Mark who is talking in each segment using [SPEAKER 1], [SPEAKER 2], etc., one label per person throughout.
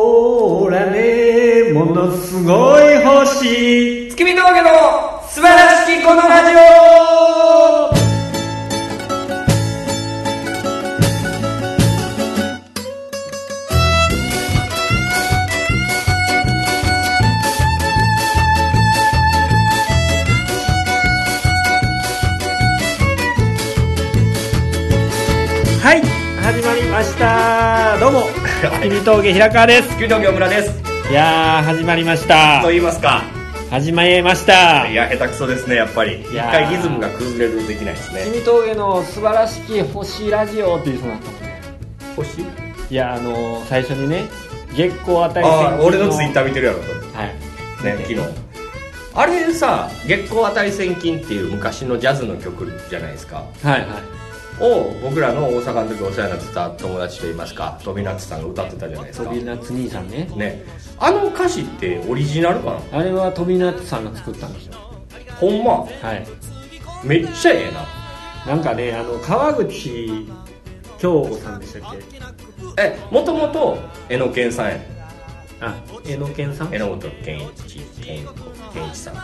[SPEAKER 1] ほーらねものすごい星
[SPEAKER 2] 月見峠の素晴らしきこのラジオ
[SPEAKER 1] はい始まりましたどう も君峠平川です
[SPEAKER 2] 月見峠大村です
[SPEAKER 1] いやー始まりました
[SPEAKER 2] と言いますか
[SPEAKER 1] 始まりました
[SPEAKER 2] いや下手くそですねやっぱり一
[SPEAKER 1] いやー
[SPEAKER 2] 回リズムが崩れるとできないですね
[SPEAKER 1] 君峠の素晴らしき星ラジオっていうそうなんだもんね
[SPEAKER 2] 星
[SPEAKER 1] いやあのー、最初にね月光あたり
[SPEAKER 2] ああ俺のツイッタ
[SPEAKER 1] ー
[SPEAKER 2] ー見てるやろそ
[SPEAKER 1] はい
[SPEAKER 2] れね昨日あれさ月光値千金っていう昔のジャズの曲じゃないですか
[SPEAKER 1] はいはい
[SPEAKER 2] を僕らの大阪の時お世話になってた友達といいますか飛びなつさんが歌ってたじゃないですか
[SPEAKER 1] 飛び夏兄さんね
[SPEAKER 2] ねあの歌詞ってオリジナルか
[SPEAKER 1] あれは飛び夏さんが作ったんですよ
[SPEAKER 2] なほんま
[SPEAKER 1] はい
[SPEAKER 2] めっちゃええな
[SPEAKER 1] なんかねあの川口京子さんでしたっけ
[SPEAKER 2] えもともとえのけんさんやね
[SPEAKER 1] あ江野健さん
[SPEAKER 2] 榎本健一健健一さん
[SPEAKER 1] は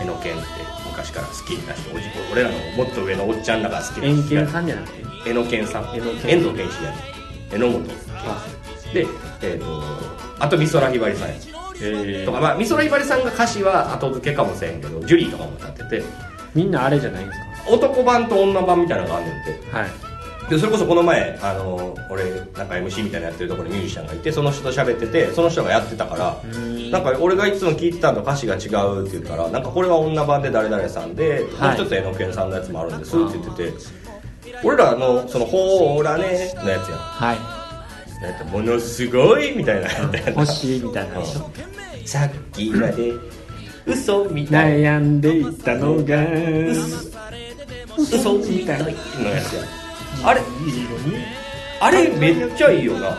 [SPEAKER 2] え
[SPEAKER 1] い
[SPEAKER 2] のけんって昔から好きな人おじ俺らのもっと上のおっちゃんらが好きな
[SPEAKER 1] 円
[SPEAKER 2] 人
[SPEAKER 1] 健さんじゃなくて
[SPEAKER 2] えのけんさん
[SPEAKER 1] え
[SPEAKER 2] 遠
[SPEAKER 1] の
[SPEAKER 2] 藤
[SPEAKER 1] けん
[SPEAKER 2] 健一じゃない榎本
[SPEAKER 1] あ
[SPEAKER 2] でえっ、とあと美空ひばりさんや
[SPEAKER 1] え
[SPEAKER 2] とかまあ美空ひばりさんが歌詞は後付けかもしれんけどジュリーとかも歌ってて
[SPEAKER 1] みんなあれじゃないです
[SPEAKER 2] 男版と女版みたいなのがあんねんて
[SPEAKER 1] かはい
[SPEAKER 2] でそれこそこの前あの俺なんか MC みたいなのやってるところにミュージシャンがいてその人と喋っててその人がやってたから
[SPEAKER 1] ん
[SPEAKER 2] なんか俺がいつも聞いてたのと歌詞が違うって言うからなんかこれは女版で誰々さんで、
[SPEAKER 1] はい
[SPEAKER 2] もう一つえのけんさんのやつもあるんですって言ってて俺らのその「ほーらね」のやつやん
[SPEAKER 1] は
[SPEAKER 2] なんかものすごいみたいな、
[SPEAKER 1] い星みたいなでしょ
[SPEAKER 2] さっきまで嘘みたいな
[SPEAKER 1] 悩んでいたのが
[SPEAKER 2] 嘘みたいなのやつやんあれあれめっちゃいいよな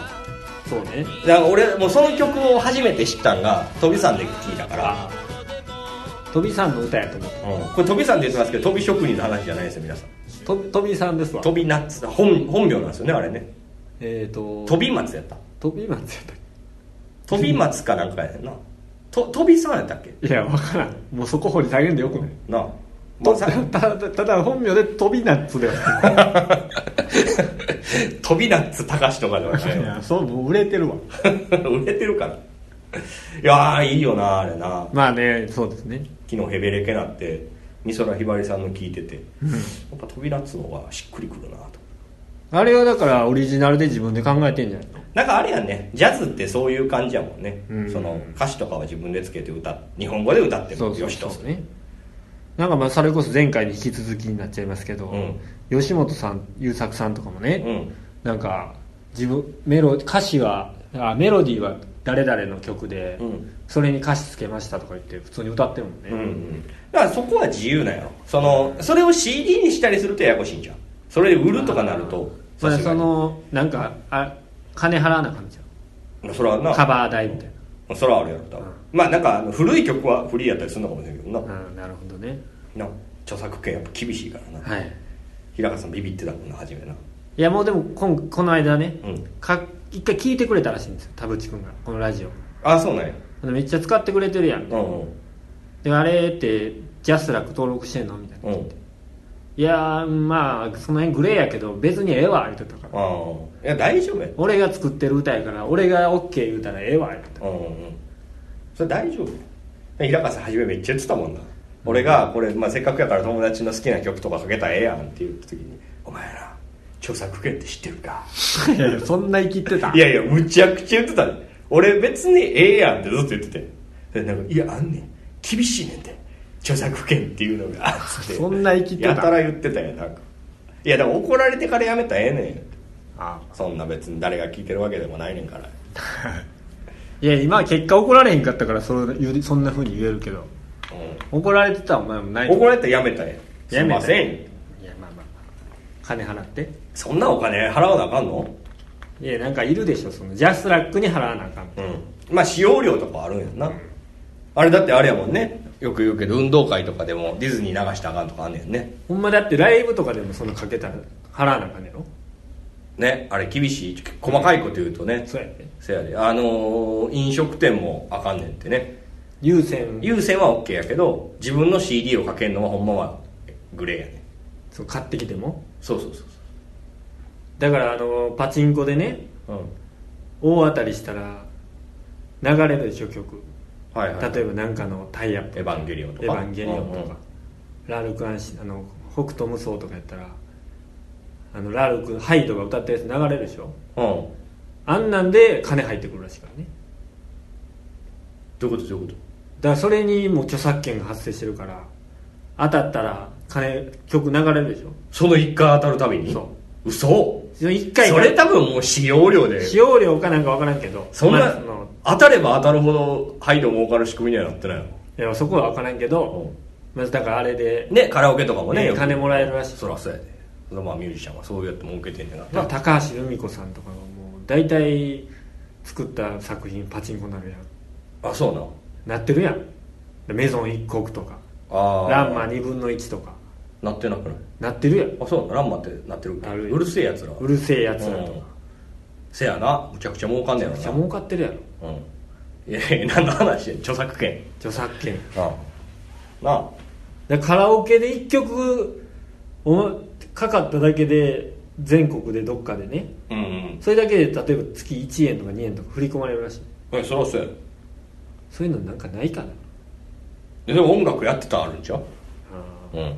[SPEAKER 1] そうね
[SPEAKER 2] なんか俺もうその曲を初めて知ったんが飛びさんで聴いたから、
[SPEAKER 1] 飛びさんの歌やと思う
[SPEAKER 2] これ飛びさんって言ってますけど飛び職人の話じゃないですよ皆さん
[SPEAKER 1] と飛びさんですわ
[SPEAKER 2] 飛びナッツ本本名なんですよねあれね
[SPEAKER 1] えっと
[SPEAKER 2] 飛び松やった
[SPEAKER 1] 飛び松やったっ
[SPEAKER 2] 飛び松かなんかやなと飛びさんやったっけ
[SPEAKER 1] けいやわからんもうそこ掘り下げんでよくない
[SPEAKER 2] なあ、ま
[SPEAKER 1] と
[SPEAKER 2] あ、 さ
[SPEAKER 1] たただただ本名で飛びナッツではない
[SPEAKER 2] 飛びナッツ高しとかではない
[SPEAKER 1] い
[SPEAKER 2] よ
[SPEAKER 1] やそうもう売れてるわ
[SPEAKER 2] 売れてるからいやーいいよなあれな
[SPEAKER 1] まあねそうですね
[SPEAKER 2] 昨日ヘベレケなって美空ひばりさんの聞いててやっぱ飛びナッツの方がしっくりくるなと
[SPEAKER 1] あれはだからオリジナルで自分で考えてんじゃないの
[SPEAKER 2] なんかあれやねジャズってそういう感じやもんね、
[SPEAKER 1] うん
[SPEAKER 2] その歌詞とかは自分でつけて歌っ日本語で歌って
[SPEAKER 1] そ
[SPEAKER 2] も
[SPEAKER 1] うそ
[SPEAKER 2] よ
[SPEAKER 1] う
[SPEAKER 2] しと
[SPEAKER 1] そうねなんかまあそれこそ前回に引き続きになっちゃいますけど、
[SPEAKER 2] うん
[SPEAKER 1] 吉本さん優作さんとかもね、
[SPEAKER 2] うん
[SPEAKER 1] なんか自分メロ歌詞はあメロディーは誰々の曲で、
[SPEAKER 2] うん
[SPEAKER 1] それに歌詞つけましたとか言って普通に歌ってるもんね、
[SPEAKER 2] うんうんだからそこは自由なんやろそのそれを CD にしたりするとややこしいんじゃんそれで売るとかなると
[SPEAKER 1] それ
[SPEAKER 2] さすが
[SPEAKER 1] そ
[SPEAKER 2] に
[SPEAKER 1] のなんかあ金払わなあかんじゃ
[SPEAKER 2] それは
[SPEAKER 1] んカ
[SPEAKER 2] な
[SPEAKER 1] バー代みたい
[SPEAKER 2] それはあるやろ多分、
[SPEAKER 1] うん
[SPEAKER 2] まあなんかあの古い曲はフリーやったりするのかもしれんけどな,、
[SPEAKER 1] な、うん、なるほどね
[SPEAKER 2] な著作権やっぱ厳しいからな、
[SPEAKER 1] はい
[SPEAKER 2] 平川さんビビってたもんな初めない
[SPEAKER 1] やもうでもこんこの間ね、
[SPEAKER 2] うん
[SPEAKER 1] か一回聞いてくれたらしいんですよ田淵君がこのラジオ
[SPEAKER 2] ああそうなんや
[SPEAKER 1] めっちゃ使ってくれてるやん、
[SPEAKER 2] うんうん
[SPEAKER 1] であれってジャスラック登録してんのみたいな、
[SPEAKER 2] う
[SPEAKER 1] い
[SPEAKER 2] ん
[SPEAKER 1] やーまあその辺グレーやけど別にええわ言うてたから、
[SPEAKER 2] ああいや大丈夫や
[SPEAKER 1] 俺が作ってる歌やから俺が OK 言うたらええわ言うてた
[SPEAKER 2] うんうんそれ大丈夫平川さん初めめっちゃ言ってたもんな俺がこれ、まあ、せっかくやから友達の好きな曲とかかけたらええやんって言った時に「お前ら著作権って知ってるか?
[SPEAKER 1] いやいやそんな生きってた」
[SPEAKER 2] いやいやむちゃくちゃ言ってたで俺別にええやんってずっと言っててでなんか「いやあんねん厳しいねんて著作権っていうのが」 つって
[SPEAKER 1] そんな生きてた
[SPEAKER 2] やたら言ってたよなんかいやでも怒られてからやめたらええねんって
[SPEAKER 1] あ
[SPEAKER 2] そんな別に誰が聞いてるわけでもないねんから
[SPEAKER 1] いや今は結果怒られへんかったからそれ言うそんなふうに言えるけど怒られてたお前もな
[SPEAKER 2] う
[SPEAKER 1] い
[SPEAKER 2] ん怒られたらやめたらええ
[SPEAKER 1] やめ
[SPEAKER 2] す
[SPEAKER 1] たい
[SPEAKER 2] いません
[SPEAKER 1] やまあまあ金払って
[SPEAKER 2] そんなお金払わなあかんの
[SPEAKER 1] いやなんかいるでしょそのジャスラックに払わなあかん
[SPEAKER 2] うんまあ使用料とかあるんやんな、あれだってあれやもんねよく言うけど運動会とかでもディズニー流したらあかんとかあんねんね
[SPEAKER 1] ほんまだってライブとかでもそんなかけたら払わなあかんねやろ
[SPEAKER 2] ねあれ厳しい細かいこと言うとね、
[SPEAKER 1] そうやね
[SPEAKER 2] せやであのー飲食店もあかんねんってね
[SPEAKER 1] 優先
[SPEAKER 2] 有線は OK やけど自分の CD をかけるのはほんまはグレーやね
[SPEAKER 1] そう買ってきても
[SPEAKER 2] そうそうそう
[SPEAKER 1] だからあのパチンコでね
[SPEAKER 2] そう、うん、
[SPEAKER 1] 大当たりしたら流れるでしょ曲
[SPEAKER 2] はいはい
[SPEAKER 1] 例えばなんかのタイアップ
[SPEAKER 2] エヴァンゲリオンと
[SPEAKER 1] エ
[SPEAKER 2] か
[SPEAKER 1] ヴァンゲリオンと
[SPEAKER 2] うんう
[SPEAKER 1] か
[SPEAKER 2] ん
[SPEAKER 1] ラルクアンシあの北斗無双とかやったらあのラルクハイドが歌ったやつ流れるでしょ
[SPEAKER 2] うん
[SPEAKER 1] あんなんで金入ってくるらしいからね
[SPEAKER 2] どういうことどういうこ
[SPEAKER 1] だからそれにもう著作権が発生してるから当たったら金曲流れるでしょ
[SPEAKER 2] とその一回当たるたびに
[SPEAKER 1] そう
[SPEAKER 2] 嘘
[SPEAKER 1] その一回
[SPEAKER 2] それ多分もう使用料で
[SPEAKER 1] 使用料かなんか分からんけど
[SPEAKER 2] そんな、
[SPEAKER 1] まあその
[SPEAKER 2] 当たれば当たるほどハイド儲かる仕組みにはなってないの
[SPEAKER 1] いやそこは分からんけど、まずだからあれで、
[SPEAKER 2] ねカラオケとかもね
[SPEAKER 1] ね
[SPEAKER 2] よく
[SPEAKER 1] 金もらえるらしい
[SPEAKER 2] そらそうやでそのまあミュージシャンはそうやって儲けてんねんか
[SPEAKER 1] ま
[SPEAKER 2] ら
[SPEAKER 1] あ、高橋留美子さんとかがもう大体作った作品パチンコになるやん
[SPEAKER 2] あそうな
[SPEAKER 1] なってるやんメゾン一国とか
[SPEAKER 2] ああ
[SPEAKER 1] ランマ二分の一とか
[SPEAKER 2] なってなくない
[SPEAKER 1] なってるやん
[SPEAKER 2] あそうなのランマってなってるっけ
[SPEAKER 1] あるよ
[SPEAKER 2] うるせえやつら
[SPEAKER 1] うるせえやつらと
[SPEAKER 2] うん
[SPEAKER 1] か
[SPEAKER 2] せやなむちゃくちゃ儲かんねやろ
[SPEAKER 1] めっちゃ
[SPEAKER 2] な
[SPEAKER 1] 儲かってるやろ
[SPEAKER 2] うんいやいや何の話や著作権
[SPEAKER 1] 著作権
[SPEAKER 2] ああなあ
[SPEAKER 1] だからカラオケで一曲おかかっただけで全国でどっかでね
[SPEAKER 2] うんうん
[SPEAKER 1] それだけで例えば月1円とか2円とか振り込まれるらしい
[SPEAKER 2] えそらそうや
[SPEAKER 1] そういうのなんかないかな
[SPEAKER 2] ででも音楽やってたらあるんちゃ
[SPEAKER 1] あ
[SPEAKER 2] ううん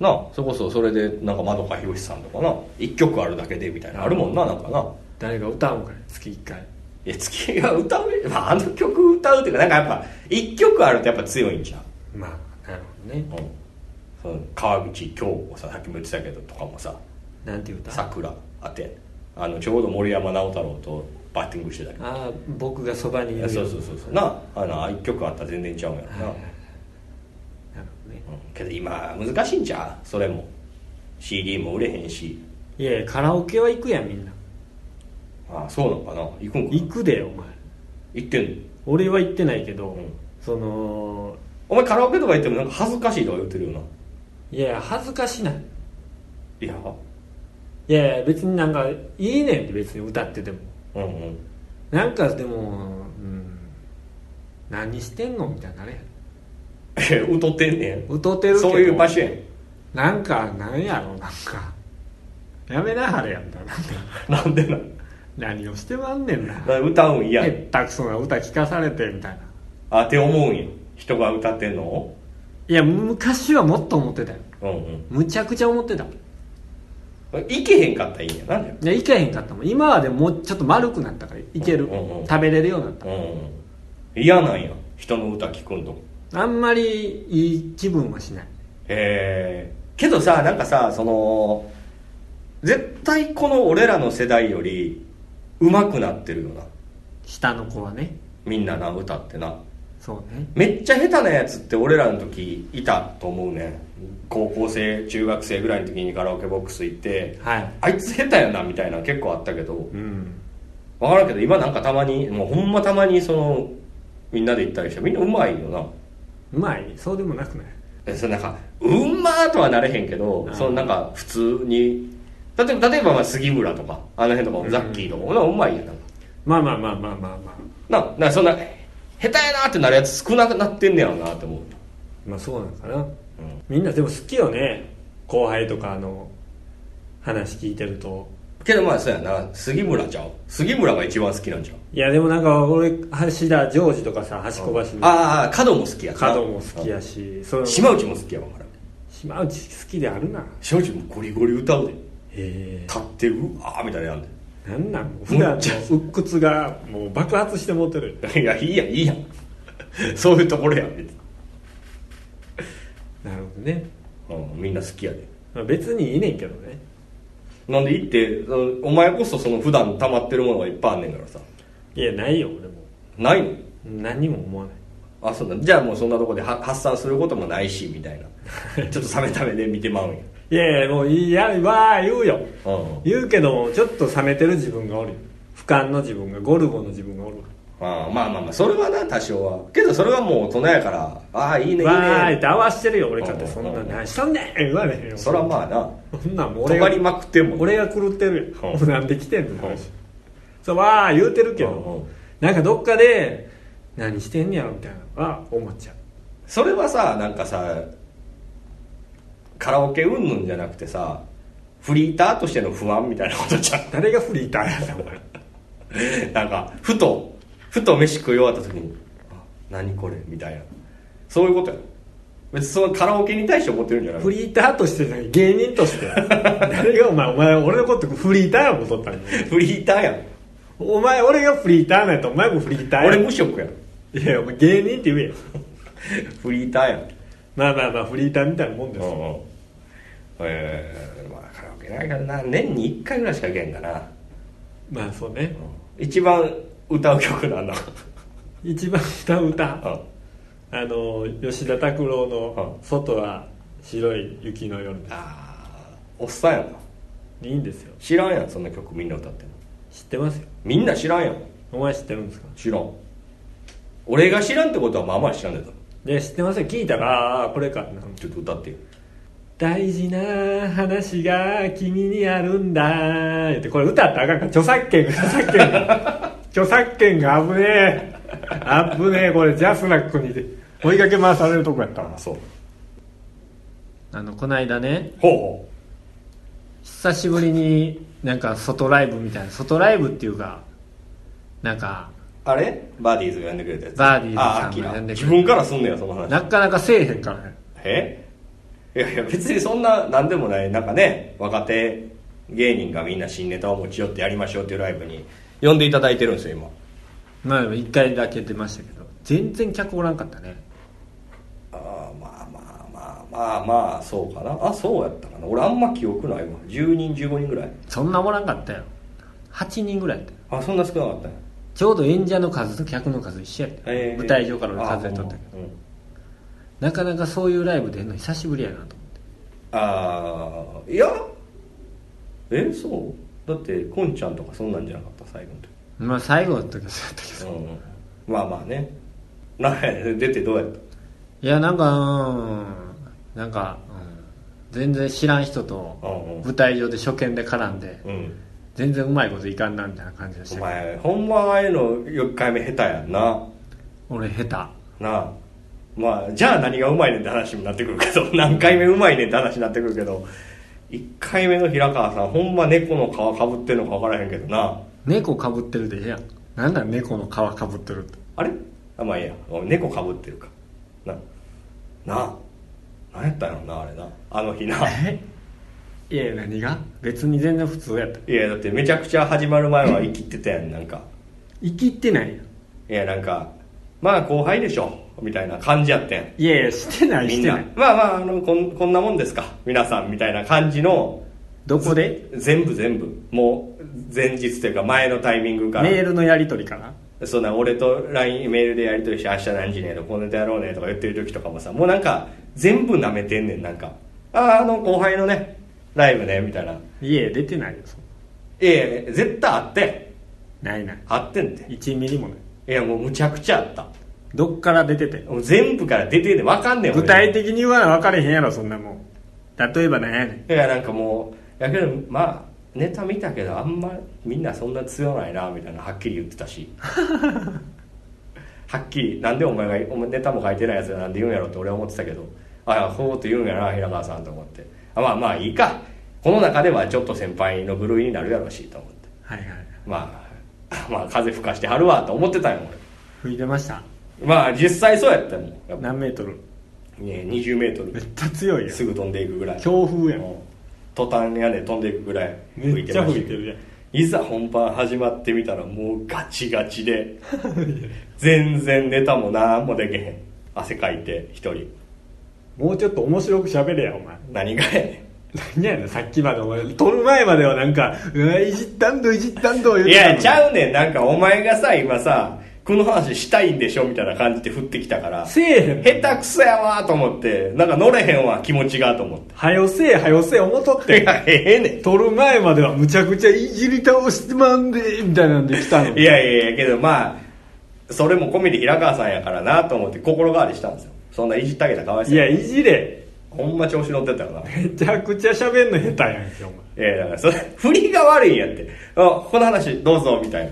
[SPEAKER 2] なあそれこそそれでなんか窓かひろしさんとかな一曲あるだけでみたいなあるもんななんかな
[SPEAKER 1] ー誰が歌うんかね月1回
[SPEAKER 2] いや月が歌う、まあ、あの曲歌うっていうかなんかやっぱ一曲あるとやっぱ強いんちゃう
[SPEAKER 1] まあなるほどね
[SPEAKER 2] うんその川口京子ささっきも言ってたけどとかもさ
[SPEAKER 1] なんて
[SPEAKER 2] 「
[SPEAKER 1] 歌あ
[SPEAKER 2] 桜」あってあのちょうど森山直太朗とバッティングしてたけど
[SPEAKER 1] あー僕がそばにい
[SPEAKER 2] い
[SPEAKER 1] る
[SPEAKER 2] や
[SPEAKER 1] よ
[SPEAKER 2] そうそうそうそうなあの一曲あったら全然ちゃうんやろ
[SPEAKER 1] はい
[SPEAKER 2] な、
[SPEAKER 1] はいは
[SPEAKER 2] う
[SPEAKER 1] いなるほどね
[SPEAKER 2] ん、けど今難しいんちゃうそれも CD も売れへんし
[SPEAKER 1] いやいやカラオケは行くやんみんな
[SPEAKER 2] ああそうなのかな行くんかな
[SPEAKER 1] 行くでお前
[SPEAKER 2] 行ってんの
[SPEAKER 1] 俺は行ってないけど、
[SPEAKER 2] うん
[SPEAKER 1] その
[SPEAKER 2] お前カラオケとか行ってもなんか恥ずかしいとか言ってるよない
[SPEAKER 1] やいや恥ずかしない
[SPEAKER 2] いや
[SPEAKER 1] いやいや別になんかいいねんって別に歌ってても
[SPEAKER 2] うんうん
[SPEAKER 1] なんかでも、うん、何してんのみたいになれへん
[SPEAKER 2] え歌ってんね
[SPEAKER 1] 歌ってる
[SPEAKER 2] ん
[SPEAKER 1] けど
[SPEAKER 2] そういう場所やん
[SPEAKER 1] なんかなんやろなんかやめなはれやみたいな
[SPEAKER 2] なんでな
[SPEAKER 1] 何をしてまんねんな
[SPEAKER 2] なんで歌うん嫌
[SPEAKER 1] へったくそな歌聞かされてみたいな
[SPEAKER 2] あって思うんや人が歌ってんのを
[SPEAKER 1] いや昔はもっと思ってたよ
[SPEAKER 2] うん
[SPEAKER 1] むちゃくちゃ思ってた
[SPEAKER 2] うん行けへんかったらいいんやなんで
[SPEAKER 1] いやいけへんかったもん今はでももうちょっと丸くなったからいける、
[SPEAKER 2] うんうんうん
[SPEAKER 1] 食べれるようになっ
[SPEAKER 2] うん嫌なんや人の歌聞くんと
[SPEAKER 1] たあんまりいい気分はしない
[SPEAKER 2] へえけどさなんかさその絶対この俺らの世代より上手くなってるよな
[SPEAKER 1] 下の子はね
[SPEAKER 2] みんなな歌ってな
[SPEAKER 1] そうね
[SPEAKER 2] めっちゃ下手なやつって俺らの時いたと思うねん高校生中学生ぐらいの時にカラオケボックス行って
[SPEAKER 1] はい
[SPEAKER 2] あいつ下手やなみたいなの結構あったけど
[SPEAKER 1] うん
[SPEAKER 2] 分からんけど今なんかたまにもうほんまたまにそのみんなで行ったりしてみんなうまいよな
[SPEAKER 1] うまいそうでもなくない
[SPEAKER 2] えそれなんかうんまーとはなれへんけど、
[SPEAKER 1] うん
[SPEAKER 2] そのなんか普通に例えば例えばまあ杉村とかあの辺とかもザッキーとかもなうまいやんなんか
[SPEAKER 1] まあまあまあまあまあまあ
[SPEAKER 2] ななんかそんな下手やなーってなるやつ少なくなってんねやろなって思う、
[SPEAKER 1] まあそうなのかな
[SPEAKER 2] うん、
[SPEAKER 1] みんなでも好きよね後輩とかの話聞いてると
[SPEAKER 2] けどまあそうやな杉村ちゃう杉村が一番好きなんちゃう
[SPEAKER 1] いやでもなんか俺橋田ジョージとかさ橋小橋の
[SPEAKER 2] ああ角も好きやな
[SPEAKER 1] 角も好きやしその
[SPEAKER 2] 島内も好きやわから
[SPEAKER 1] 島内好きであるな
[SPEAKER 2] 島内もゴリゴリ歌うで
[SPEAKER 1] へ
[SPEAKER 2] 立ってうわーみたいなのやんで
[SPEAKER 1] えなんなんもう普段の鬱屈がもう爆発して持ってる
[SPEAKER 2] いやいいやんいいやんそういうところやん別に、
[SPEAKER 1] なるほどね、
[SPEAKER 2] うん、みんな好きやで
[SPEAKER 1] まあ、別にいいねんけどね
[SPEAKER 2] なんで行ってそのお前こそその普段溜まってるものがいっぱいあんねんからさ
[SPEAKER 1] いやないよ俺も
[SPEAKER 2] ないの
[SPEAKER 1] 何にも思わない
[SPEAKER 2] あそうだじゃあもうそんなとこでは発散することもないしみたいな ちょっと冷めた目で見てまうんや
[SPEAKER 1] いやいやもういやわー言うよ
[SPEAKER 2] うん
[SPEAKER 1] 言うけどもちょっと冷めてる自分がおるよ俯瞰の自分がゴルゴの自分がおるわ
[SPEAKER 2] ああまあまあまあそれはな多少はけどそれはもう大人やからああいいねいいね
[SPEAKER 1] わーいって合わしてるよ俺かっ
[SPEAKER 2] う
[SPEAKER 1] て
[SPEAKER 2] ん
[SPEAKER 1] そんな何しとんねん言われへんよ
[SPEAKER 2] そらまあな
[SPEAKER 1] そんなんもう
[SPEAKER 2] 止
[SPEAKER 1] 俺
[SPEAKER 2] ま
[SPEAKER 1] が
[SPEAKER 2] りまくってんもん
[SPEAKER 1] 俺が狂ってるよ
[SPEAKER 2] うん
[SPEAKER 1] なんで来てんの
[SPEAKER 2] うん
[SPEAKER 1] そうわー言うてるけ
[SPEAKER 2] うんう
[SPEAKER 1] ど
[SPEAKER 2] ん
[SPEAKER 1] なんかどっかで何してんねやろみたいなのは思っちゃう
[SPEAKER 2] それはさなんかさカラオケうんぬんじゃなくてさフリーターとしての不安みたいなことじゃん
[SPEAKER 1] 誰がフリーターやねんお前
[SPEAKER 2] なん かふとふと飯食い終わった時に「あ何これ」みたいなそういうことやろ別にそのカラオケに対して思ってるんじゃない
[SPEAKER 1] フリーターとしてじゃない芸人として誰がお前お前俺のことフリーターやもんとったのに
[SPEAKER 2] フリーターやん
[SPEAKER 1] お前俺がフリーターなんやったらお前もフリーターや
[SPEAKER 2] 俺無職やん
[SPEAKER 1] いやお前芸人って言えよ
[SPEAKER 2] フリーターやん
[SPEAKER 1] まあまあまあフリーターみたいなもんですよ
[SPEAKER 2] うんうんえー、まあカラオケないからな年に1回ぐらいしか行けんだな
[SPEAKER 1] まあそうね
[SPEAKER 2] 一番歌う曲なんだ
[SPEAKER 1] 一番歌う歌
[SPEAKER 2] うん
[SPEAKER 1] あの吉田拓郎の「
[SPEAKER 2] う
[SPEAKER 1] 外は白い雪の夜」です
[SPEAKER 2] あーおっさんやない
[SPEAKER 1] いんですよ
[SPEAKER 2] 知らんやんそんな曲みんな歌ってんの
[SPEAKER 1] 知ってますよ
[SPEAKER 2] みんな知らんやん
[SPEAKER 1] お前知ってるんですか
[SPEAKER 2] 知らん俺が知らんってことはまあまあ知らんでた
[SPEAKER 1] で知ってますよ聞いたらああこれかってなる
[SPEAKER 2] ちょっと歌ってよ
[SPEAKER 1] 大事な話が君にあるんだってこれ歌ったらあかんから著作権が著作権 が著作権が危ねえ危ねえこれジャスラックに追いかけ回されるとこやったわ
[SPEAKER 2] そう
[SPEAKER 1] あのこの間ね
[SPEAKER 2] ほうほ
[SPEAKER 1] 久しぶりになんか外ライブみたいな外ライブっていうかなんか
[SPEAKER 2] うあれバーディーズがやんでくれたやつ
[SPEAKER 1] バーディーズさんが
[SPEAKER 2] あアキラ
[SPEAKER 1] 呼んでくれた
[SPEAKER 2] 自分からすんのやその話
[SPEAKER 1] なかなかせえへんからね
[SPEAKER 2] えいやいや別にそんな何でもないなんかね若手芸人がみんな新ネタを持ち寄ってやりましょうっていうライブに呼んでいただいてるんですよ今
[SPEAKER 1] まあでも1回だけ出ましたけど全然客おらんかったね
[SPEAKER 2] ああまあまあまあまあまあそうかなあそうやったかな俺あんま記憶ないわ10人15人ぐらい
[SPEAKER 1] そんなおらんかったよ8人ぐらいやったよ
[SPEAKER 2] あそんな少なかったね
[SPEAKER 1] ちょうど演者の数と客の数一緒やったよ、
[SPEAKER 2] えー
[SPEAKER 1] 舞台上からの数でとったけど
[SPEAKER 2] あ,ほんま、うん
[SPEAKER 1] なかなかそういうライブ出るの久しぶりやなと思って
[SPEAKER 2] あーいやえそうだってこんちゃんとかそんなんじゃなかった最後の時
[SPEAKER 1] まあ最後の時はそうやったけど
[SPEAKER 2] うんまあまあね なんや出てどうやった
[SPEAKER 1] いやなんかうんなんか、うん、全然知らん人と
[SPEAKER 2] うん
[SPEAKER 1] 舞台上で初見で絡んで
[SPEAKER 2] うん
[SPEAKER 1] 全然うまいこといかんなみたいな感じでし
[SPEAKER 2] お
[SPEAKER 1] たけど
[SPEAKER 2] 前ほんまああいうの4回目下手やんな
[SPEAKER 1] 俺下
[SPEAKER 2] なあまあじゃあ何がうまいねんって話になってくるけど 何回目うまいねんって話になってくるけど1回目の平川さんほんま猫の皮かぶってんのか分からへんけどな
[SPEAKER 1] 手猫かぶってるでええやんなんなん猫の皮かぶってるって
[SPEAKER 2] あれあまあいいやおい猫かぶってるかななあ何やったんやろなあれなあの日な
[SPEAKER 1] いやいや何が別に全然普通やった
[SPEAKER 2] いやだってめちゃくちゃ始まる前は生きてたやんなんか
[SPEAKER 1] 生きってないやん
[SPEAKER 2] いやなんかまあ後輩でしょみたいな感じやってん
[SPEAKER 1] いやいやしてない
[SPEAKER 2] み
[SPEAKER 1] し
[SPEAKER 2] ん
[SPEAKER 1] て
[SPEAKER 2] な
[SPEAKER 1] ない
[SPEAKER 2] まあまああのこんこんなもんですか皆さんみたいな感じの
[SPEAKER 1] どこで
[SPEAKER 2] 全部全部もう前日というか前のタイミングから
[SPEAKER 1] メールのやり取りから
[SPEAKER 2] そんな俺と LINE メールでやり取りして明日何時ねとこのネタやろうねとか言ってる時とかもさもうなんか全部舐めてんねんなんかあああの後輩のねライブねみたいない
[SPEAKER 1] いえ出てないよそん
[SPEAKER 2] やいや絶対あってん
[SPEAKER 1] なないない
[SPEAKER 2] あってんって
[SPEAKER 1] 1ミリもない
[SPEAKER 2] いやもうむちゃくちゃあった
[SPEAKER 1] どっから出てて
[SPEAKER 2] もう全部から出てんねん分かんねん俺
[SPEAKER 1] 具体的に言わな分かれへんやろそんなもん例えばなんやねん
[SPEAKER 2] いやなんかもうやけどまあネタ見たけどあんまみんなそんな強ないなみたいなはっきり言ってたし はっきりなんでお前がお前ネタも書いてないやつがなんで言うんやろって俺は思ってたけどああこういうこと言うんやな平川さんと思ってあまあまあいいかこの中ではちょっと先輩の部類になるやろうしと思って
[SPEAKER 1] はいはい
[SPEAKER 2] まあ まあ風吹かしてはるわと思ってたんよ
[SPEAKER 1] 吹いてました
[SPEAKER 2] 俺まあ実際そうやったもんやっぱ、ね、
[SPEAKER 1] 何メートル
[SPEAKER 2] 20メート
[SPEAKER 1] めっ
[SPEAKER 2] ル
[SPEAKER 1] ちゃ強いやん
[SPEAKER 2] すぐ飛んでいくぐらい
[SPEAKER 1] 強風やん
[SPEAKER 2] もう途端屋根飛んでいくぐらい
[SPEAKER 1] めっちゃ吹いてるやん
[SPEAKER 2] いざ本番始まってみたらもうガチガチで 全然ネタも何もできへん汗かいて一人
[SPEAKER 1] もうちょっと面白く喋れやお前
[SPEAKER 2] 何がやね
[SPEAKER 1] 何やねんさっきまでお前撮る前まではなんか「うわいじったんどいじったんど」言
[SPEAKER 2] ん
[SPEAKER 1] う
[SPEAKER 2] い
[SPEAKER 1] てたの
[SPEAKER 2] や
[SPEAKER 1] に
[SPEAKER 2] ちゃうねんなんかお前がさ今さこの話したいんでしょみたいな感じで振ってきたから下
[SPEAKER 1] せえへん
[SPEAKER 2] 手くそやわと思ってなんか乗れへんわ気持ちがと思って
[SPEAKER 1] はよせえはよせえ思っとっ
[SPEAKER 2] い
[SPEAKER 1] て
[SPEAKER 2] やええねん
[SPEAKER 1] 撮る前まではむちゃくちゃいじり倒してまんでみたいなんで来たの
[SPEAKER 2] いやいやいやけどまあそれも込みで平川さんやからなと思って心変わりしたんですよそんないじったげたかわいそう
[SPEAKER 1] いやいじれ
[SPEAKER 2] ほんま調子乗ってたよな
[SPEAKER 1] めちゃくちゃ喋んの下手やんけお前
[SPEAKER 2] いやだからそれ振りが悪いんやってあこの話どうぞみたいな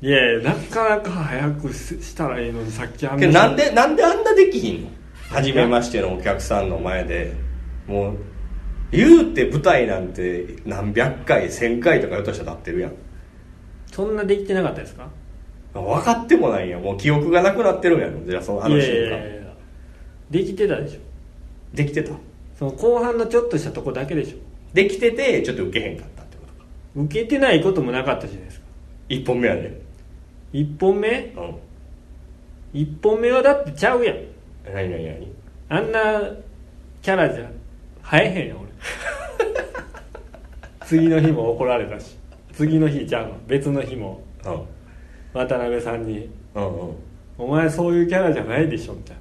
[SPEAKER 2] い
[SPEAKER 1] やいやなかなか早くししたらいいのにさっきあ
[SPEAKER 2] けどなんでなんであんなできひんの初めましてのお客さんの前でもう言うて舞台なんて何百回千回とかよっとしたら立ってるやん
[SPEAKER 1] そんなできてなかったですか
[SPEAKER 2] 分かってもないやんもう記憶がなくなってるんやろじゃあそのあ
[SPEAKER 1] い
[SPEAKER 2] の
[SPEAKER 1] や
[SPEAKER 2] 瞬
[SPEAKER 1] いやい
[SPEAKER 2] 間
[SPEAKER 1] やいやできてたでしょ
[SPEAKER 2] できてた
[SPEAKER 1] その後半のちょっとしたとこだけでし
[SPEAKER 2] できててちょっと受けへんかったってことか
[SPEAKER 1] ょ受けてないこともなかったじゃないですか
[SPEAKER 2] 1本目やで
[SPEAKER 1] 1本目
[SPEAKER 2] うん
[SPEAKER 1] 1本目はだってちゃうやん
[SPEAKER 2] 何何何
[SPEAKER 1] あんなキャラじゃ生えへんよ俺 次の日も怒られたし次の日ちゃうわ別の日も
[SPEAKER 2] うん
[SPEAKER 1] 渡辺さんに
[SPEAKER 2] うんうん
[SPEAKER 1] 「お前そういうキャラじゃないでしょ」みたい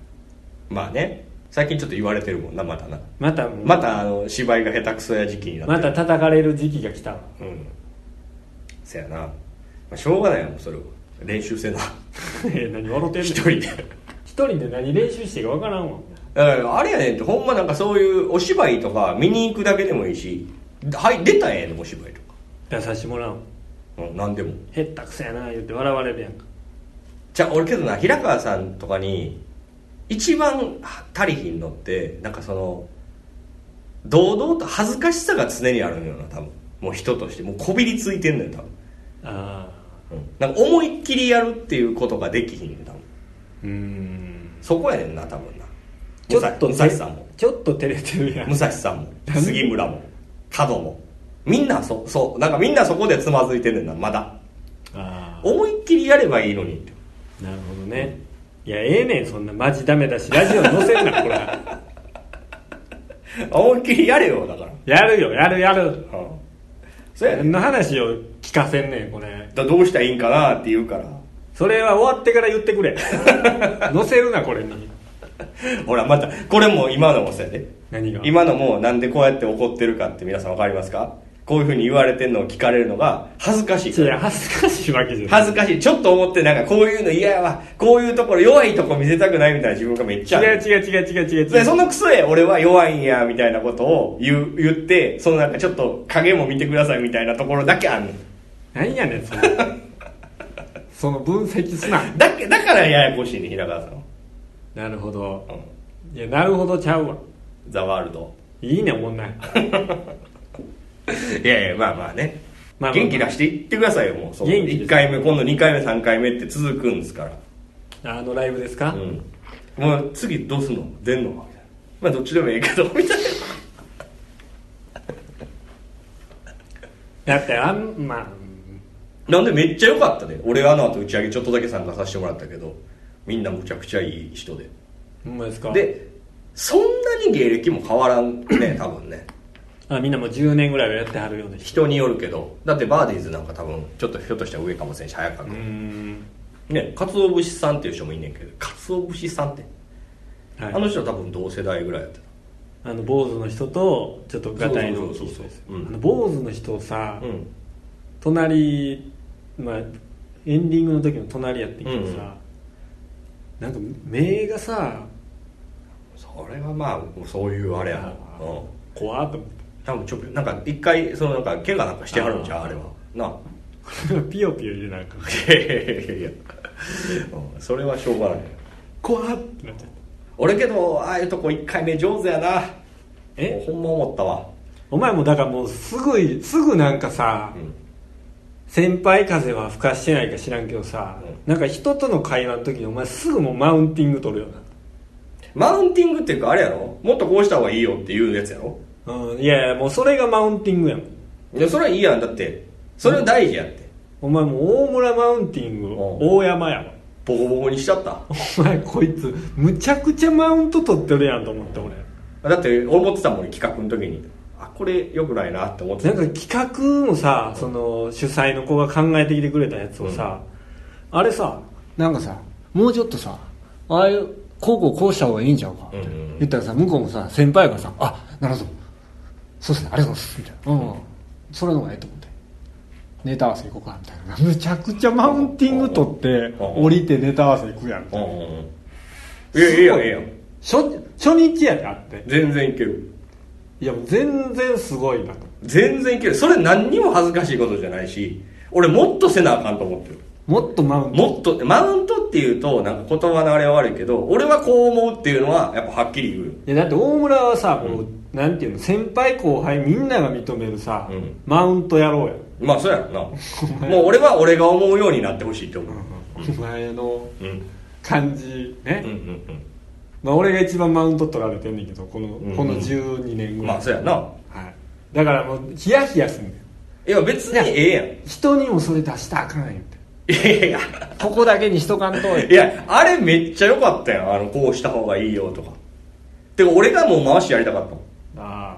[SPEAKER 1] な
[SPEAKER 2] まあね最近ちょっと言われてるもんなまたな
[SPEAKER 1] また
[SPEAKER 2] またあの芝居が下手くそや時期になって
[SPEAKER 1] また叩かれる時期が来 たわ
[SPEAKER 2] うんそやな、まあ、しょうがないよもうそれを練習せな
[SPEAKER 1] え何笑ってんの
[SPEAKER 2] 一人で
[SPEAKER 1] 一人で何練習していいか分からんわ
[SPEAKER 2] だからあれやねんってほんまなんかそういうお芝居とか見に行くだけでもいいしはい出たらええのお芝居とか、
[SPEAKER 1] 出さしてもらうん
[SPEAKER 2] うん、何でも
[SPEAKER 1] へったくそやな言って笑われるやんか
[SPEAKER 2] じゃあ俺けどな平川さんとかに一番足りひんのってなんかその堂々と恥ずかしさが常にあるんよな多分もう人としてもうこびりついてんのよ多分、
[SPEAKER 1] あ
[SPEAKER 2] うん、なんか思いっきりやるっていうことができひんよ多分
[SPEAKER 1] あうん
[SPEAKER 2] そこやねんな多分な
[SPEAKER 1] ちょっと
[SPEAKER 2] 武蔵武蔵さんも
[SPEAKER 1] ちょっと照れてるやん
[SPEAKER 2] 武蔵さんも杉村も角もみんなそそうなんかみんなそこでつまずいてるんだまだ
[SPEAKER 1] あ
[SPEAKER 2] 思いっきりやればいいのにって
[SPEAKER 1] あなるほどねいやええねんそんなマジダメだしラジオに載せんなこ れ
[SPEAKER 2] 思いっきりやれよだから
[SPEAKER 1] やるよやるやる
[SPEAKER 2] うんそうやねん
[SPEAKER 1] 何の話を聞かせんねんこれ
[SPEAKER 2] だどうしたらいいんかなって言うから
[SPEAKER 1] それは終わってから言ってくれ 載せるなこれに
[SPEAKER 2] ほらまたこれも今のもそうやで
[SPEAKER 1] 何が
[SPEAKER 2] 今のもなんでこうやって怒ってるかって皆さん分かりますかこういうふうに言われてんのを聞かれるのが恥ずかしい
[SPEAKER 1] いや恥ずかしいわけじゃない
[SPEAKER 2] 恥ずかしいちょっと思ってなんかこういうの嫌やわこういうところ弱いとこ見せたくないみたいな自分がめっちゃある
[SPEAKER 1] 違う違う違う違う違う違う
[SPEAKER 2] でそのクソや俺は弱いんやみたいなことを言う言ってそのなんかちょっと影も見てくださいみたいなところだけあんねん
[SPEAKER 1] 何やねんそれ その分析すな
[SPEAKER 2] だけだからややこしいね平川さんは
[SPEAKER 1] なるほど
[SPEAKER 2] うん
[SPEAKER 1] いやなるほどちゃうわ
[SPEAKER 2] ザワールド
[SPEAKER 1] いいね もんない
[SPEAKER 2] いやいやまあまあね、
[SPEAKER 1] まあまあまあ
[SPEAKER 2] 元気出していってくださいよもうその
[SPEAKER 1] 元気です
[SPEAKER 2] 1回目今度2回目3回目って続くんですから
[SPEAKER 1] あのライブですか、
[SPEAKER 2] うんもう次どうすんの出んのみたいなまあどっちでもええけどみたいな
[SPEAKER 1] だってあんまあうん
[SPEAKER 2] なんでめっちゃ良かったで俺あの後打ち上げちょっとだけ参加させてもらったけどみんなむちゃくちゃいい人で
[SPEAKER 1] ほんまですか
[SPEAKER 2] でそんなに芸歴も変わらんね 多分ね
[SPEAKER 1] あみんなもう10年ぐらいはやってはるような人
[SPEAKER 2] 人によるけどだってバーディーズなんか多分ちょっとひょっとしたら上かもしれんし早川
[SPEAKER 1] うー
[SPEAKER 2] 君、
[SPEAKER 1] ん
[SPEAKER 2] ねかつお節さんっていう人もいんねんけどかつお節さんって、
[SPEAKER 1] はい
[SPEAKER 2] あの人は多分同世代ぐらいやって
[SPEAKER 1] あの坊主の人とちょっとガタイの大きい人です
[SPEAKER 2] そうそうそうそううん
[SPEAKER 1] あの坊主の人さ、
[SPEAKER 2] たうん
[SPEAKER 1] 隣、まあ、エンディングの時の隣やってんけどさ、なんか目がさ
[SPEAKER 2] それはまあそういうあれや
[SPEAKER 1] あ
[SPEAKER 2] なうん
[SPEAKER 1] 怖っと思って
[SPEAKER 2] 多分ちょっとなんか一回そのなんか怪我なんかしてはるんじゃうあ
[SPEAKER 1] あー
[SPEAKER 2] れはなあ
[SPEAKER 1] ピヨピヨ言うなんか
[SPEAKER 2] いやいやいやいやうんそれはしょうがない
[SPEAKER 1] 怖っってなっちゃった
[SPEAKER 2] 俺けどああいうとこ一回目上手やな
[SPEAKER 1] え
[SPEAKER 2] ほんま思ったわ
[SPEAKER 1] お前もだからもうすぐいすぐなんかさ、
[SPEAKER 2] うん
[SPEAKER 1] 先輩風は吹かしてないか知らんけどさ、
[SPEAKER 2] う
[SPEAKER 1] なんか人との会話の時にお前すぐもうマウンティング取るよ
[SPEAKER 2] マウンティングっていうかあれやろもっとこうした方がいいよっていうやつやろ
[SPEAKER 1] なうんいやいやもうそれがマウンティングやもん
[SPEAKER 2] いやそれはいいやんだってそれは大事やって、
[SPEAKER 1] お前もう大村マウンティング、
[SPEAKER 2] うん
[SPEAKER 1] 大山やわ
[SPEAKER 2] ボコボコにしちゃった
[SPEAKER 1] お前こいつむちゃくちゃマウント取ってるやんと思って俺
[SPEAKER 2] だって思ってたもん企画の時にあこれよくないなって思って
[SPEAKER 1] な
[SPEAKER 2] た
[SPEAKER 1] んか企画もさその主催の子が考えてきてくれたやつをさ、あれさなんかさもうちょっとさああいうこうこうこうした方がいいんちゃうか
[SPEAKER 2] うんうん
[SPEAKER 1] 言ったらさ向こうもさ先輩がさ「あなるほどそうですねありがとうございます」みたいな「うん、それの方がええと思ってネタ合わせ行こうかみたいなむちゃくちゃマウンティング取って
[SPEAKER 2] うん
[SPEAKER 1] 降りてネタ合わせ行くやんみた
[SPEAKER 2] う
[SPEAKER 1] い
[SPEAKER 2] ん
[SPEAKER 1] な
[SPEAKER 2] うんうんいやいいやんいいやん
[SPEAKER 1] 初初日やであって
[SPEAKER 2] 全然いける
[SPEAKER 1] いやもう全然すごいなと
[SPEAKER 2] 全然いけるそれ何にも恥ずかしいことじゃないし俺もっとせなあかんと思ってる
[SPEAKER 1] もっとマウンティング
[SPEAKER 2] もっとマウントっていうとなんか言葉のあれは悪いけど俺はこう思うっていうのはやっぱはっきり言うよ
[SPEAKER 1] いやだって大村はさこう、なんていうの先輩後輩みんなが認めるさ、
[SPEAKER 2] うん
[SPEAKER 1] マウントやろうや
[SPEAKER 2] まあそうやろ なもう俺は俺が思うようになってほしいと思う
[SPEAKER 1] お前の
[SPEAKER 2] うんうん
[SPEAKER 1] 感じね、
[SPEAKER 2] うんうん
[SPEAKER 1] まあ、俺が一番マウント取られてんねんけどこの,、
[SPEAKER 2] うん
[SPEAKER 1] この12年
[SPEAKER 2] う
[SPEAKER 1] ぐ
[SPEAKER 2] ん
[SPEAKER 1] らい、
[SPEAKER 2] まあそうやな
[SPEAKER 1] はい、だからもうヒヤヒヤすんねん
[SPEAKER 2] いや別にええやん
[SPEAKER 1] 人にもそれ出したらあかんよって
[SPEAKER 2] いやいや
[SPEAKER 1] ここだけにしとかんと
[SPEAKER 2] いやあれめっちゃ良かったやんあのこうした方がいいよとかてか俺がもう回しやりたかったもん
[SPEAKER 1] ああ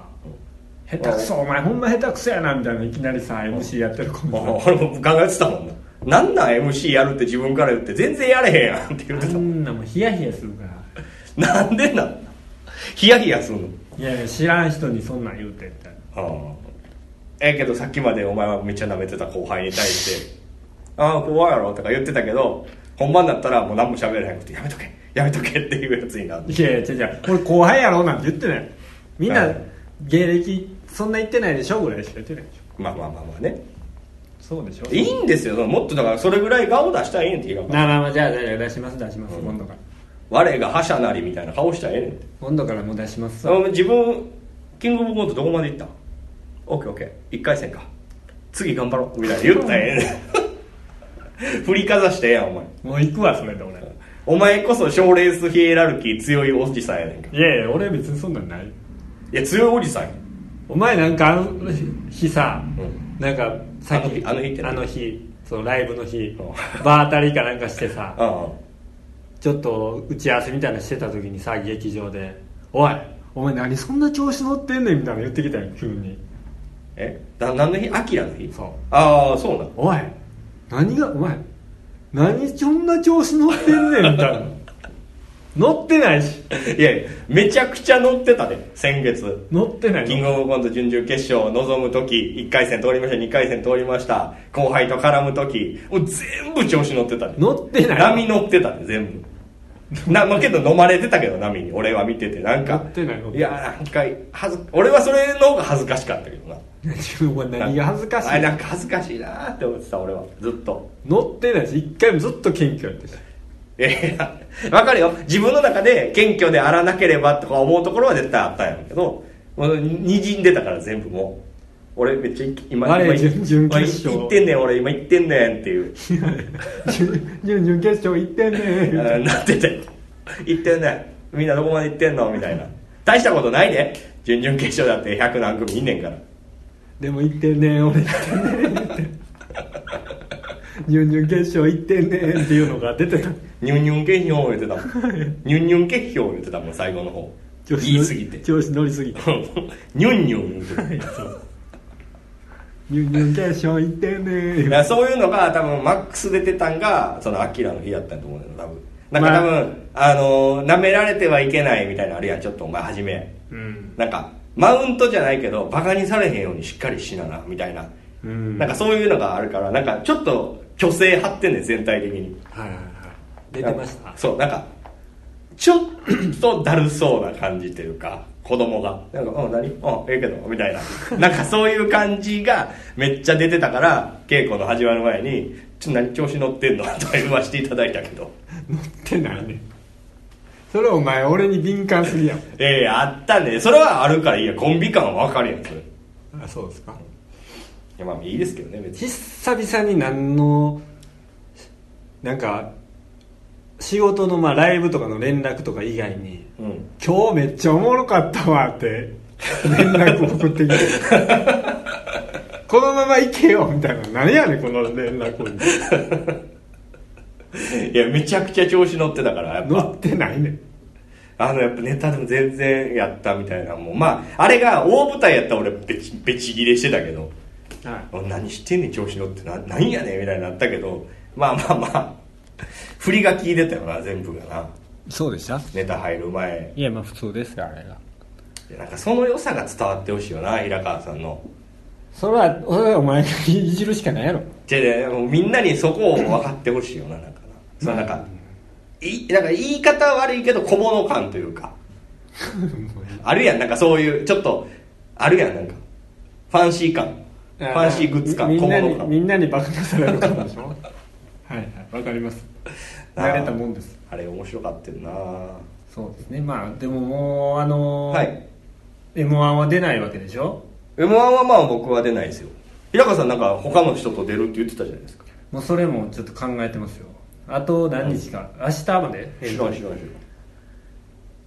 [SPEAKER 1] 下手くそお前ほんま下手くそやなみたいないきなりさ MC やってる子
[SPEAKER 2] あ
[SPEAKER 1] も
[SPEAKER 2] 俺も考えてたもんななんなん MC やるって自分から言って全然やれへんやんって言っ
[SPEAKER 1] さ
[SPEAKER 2] て
[SPEAKER 1] あ
[SPEAKER 2] たもん
[SPEAKER 1] んなもんヒヤヒヤするから
[SPEAKER 2] なんでなんヒヤヒヤすんの
[SPEAKER 1] いやいや知らん人にそんなん言うてみたいな
[SPEAKER 2] ああええけどさっきまでお前はめっちゃ舐めてた後輩に対して 「ああ怖いやろ」とか言ってたけど本番だったらもう何も喋れへんくて「やめとけやめとけ」 っていうやつになって
[SPEAKER 1] いやいや違う違う俺後輩やろなんて言ってないみんな
[SPEAKER 2] はい
[SPEAKER 1] 芸歴そんな言ってないでしょぐらいしか言ってないでしょ
[SPEAKER 2] まあまあまあまあね
[SPEAKER 1] そうでしょ
[SPEAKER 2] いいんですよもっとだからそれぐらい顔出したらええねんって言うか
[SPEAKER 1] なあまあまあじゃあじゃあ出します出します、今度から
[SPEAKER 2] 我が覇者なりみたいな顔したらええねんって
[SPEAKER 1] 今度からもう出します
[SPEAKER 2] あ自分キングオブコントどこまで行ったオッケーオッケー1回戦か次頑張ろうみたいな言ったらええねん 振りかざしてええやんお前
[SPEAKER 1] もう行くわそれで俺
[SPEAKER 2] お前こそ賞レースヒエラルキー強いおじさんやねんか
[SPEAKER 1] いやいや俺別にそんなんない
[SPEAKER 2] いや強いおじさんや
[SPEAKER 1] お前なんかあの日さ、
[SPEAKER 2] うん
[SPEAKER 1] なんかさっき
[SPEAKER 2] あの日あの日って何
[SPEAKER 1] あの日そのライブの日
[SPEAKER 2] う
[SPEAKER 1] 場当たりかなんかしてさ
[SPEAKER 2] あ
[SPEAKER 1] ちょっと打ち合わせみたいなのしてた時にさ劇場で「おいお前何そんな調子乗ってんねん」みたいなの言ってきたよ急に
[SPEAKER 2] えな何の日アキラの日
[SPEAKER 1] そう
[SPEAKER 2] ああそうなの
[SPEAKER 1] 「おい何がお前何そんな調子乗ってんねん」みたいな 乗ってないし
[SPEAKER 2] いやいやめちゃくちゃ乗ってたで先月
[SPEAKER 1] 乗ってない
[SPEAKER 2] キングオブコント準々決勝を望む時1回戦通りました2回戦通りました後輩と絡む時もう全部調子乗ってたで
[SPEAKER 1] 乗ってない
[SPEAKER 2] 波乗ってたで全部なまあけど飲まれてたけど波に俺は見ててなんか
[SPEAKER 1] 乗ってない乗ってない
[SPEAKER 2] いやなんか恥ず俺はそれの方が恥ずかしかったけどな
[SPEAKER 1] お前何が恥ずかし
[SPEAKER 2] あれ
[SPEAKER 1] い
[SPEAKER 2] なんか恥ずかしいなーって思ってた俺はずっと
[SPEAKER 1] 乗ってないし一回もずっと謙虚やったし
[SPEAKER 2] いやいやわかるよ自分の中で謙虚であらなければとか思うところは絶対あったんやろうけどもうにじんでたから全部もう俺めっちゃ今
[SPEAKER 1] 我
[SPEAKER 2] 今
[SPEAKER 1] 準準決勝
[SPEAKER 2] 今行ってんねん俺今行ってんねんっ ていう
[SPEAKER 1] 準々決勝行ってんね
[SPEAKER 2] うんなってて行ってんねんみんなどこまで行ってんのみたいな大したことないで準々決勝だって100何組いんねんから
[SPEAKER 1] でも行ってんねん俺行ってんねんって準々決勝行ってんねんっていうのが出てた
[SPEAKER 2] ニュンニュン決表言って たもんニュンニュン決表言ってたもん最後の方
[SPEAKER 1] 調子乗り
[SPEAKER 2] 言い過ぎて
[SPEAKER 1] 調子乗りすぎて
[SPEAKER 2] ニュンニュン言ってた
[SPEAKER 1] 準々決勝行ってんね
[SPEAKER 2] だ
[SPEAKER 1] ん
[SPEAKER 2] からそういうのが多分マックスで出てたんがそのアキラの日やったと思うんだけど多分なんか多分、あ、のなめられてはいけないみたいなのあるやんちょっとお前初め
[SPEAKER 1] うん
[SPEAKER 2] なんかマウントじゃないけどバカにされへんようにしっかりしななみたいな、
[SPEAKER 1] うん
[SPEAKER 2] なんかそういうのがあるからなんかちょっと虚勢張ってんねん全体的に
[SPEAKER 1] はいはいはい出てました
[SPEAKER 2] そうなんかちょっとだるそうな感じというか子供が「なんかうん何うんええけど」みたいななんかそういう感じがめっちゃ出てたから稽古の始まる前に「ちょ何調子乗ってんの?」 とか言わせていただいたけど
[SPEAKER 1] 乗ってないねんそれお前俺に敏感すぎやん
[SPEAKER 2] ええあったねそれはあるからいいやコンビ感は分かるやんそれい
[SPEAKER 1] あそうですか
[SPEAKER 2] やまあいいですけどね別に
[SPEAKER 1] 久々に何のなんか仕事のまあライブとかの連絡とか以外に
[SPEAKER 2] うん
[SPEAKER 1] 「今日めっちゃおもろかったわ」って連絡送ってきて「このまま行けよ」みたいな「何やねんこの連絡
[SPEAKER 2] いやめちゃくちゃ調子乗ってたからやっぱ
[SPEAKER 1] 乗ってないねん
[SPEAKER 2] あのやっぱネタでも全然やったみたいなもんまああれが大舞台やったら俺べちべち切れしてたけど
[SPEAKER 1] は
[SPEAKER 2] 何してんねん調子乗ってななんやねんみたいになったけどまあまあまあ 振りが効いてたよな全部がない
[SPEAKER 1] そうでした
[SPEAKER 2] ネタ入る前
[SPEAKER 1] いやまあ普通ですよあれが
[SPEAKER 2] なんかその良さが伝わってほしいよな平川さんの
[SPEAKER 1] それはそれはお前がいじるしかないや ろ
[SPEAKER 2] でもうみんなにそこを分かってほしいよななんかなそのなんかいなんか言い方は悪いけど小物感というかあるやんなんかそういうちょっとあるやんなんかファンシー感ファンシーグッズ感
[SPEAKER 1] み
[SPEAKER 2] 小
[SPEAKER 1] みんな
[SPEAKER 2] 物
[SPEAKER 1] に
[SPEAKER 2] 感
[SPEAKER 1] みんなにバカにされるからでしょ はいはいわかります
[SPEAKER 2] あー
[SPEAKER 1] 慣れたもんです
[SPEAKER 2] あれ面白かったよな
[SPEAKER 1] そうですねまあでももうあのー
[SPEAKER 2] はい
[SPEAKER 1] m 1は出ないわけでしょ
[SPEAKER 2] m 1はまあ僕は出ないですよ平川さんなんか他の人と出るって言ってたじゃないですか
[SPEAKER 1] もうそれもちょっと考えてますよあと何日か、明日まで
[SPEAKER 2] 知らん知らん知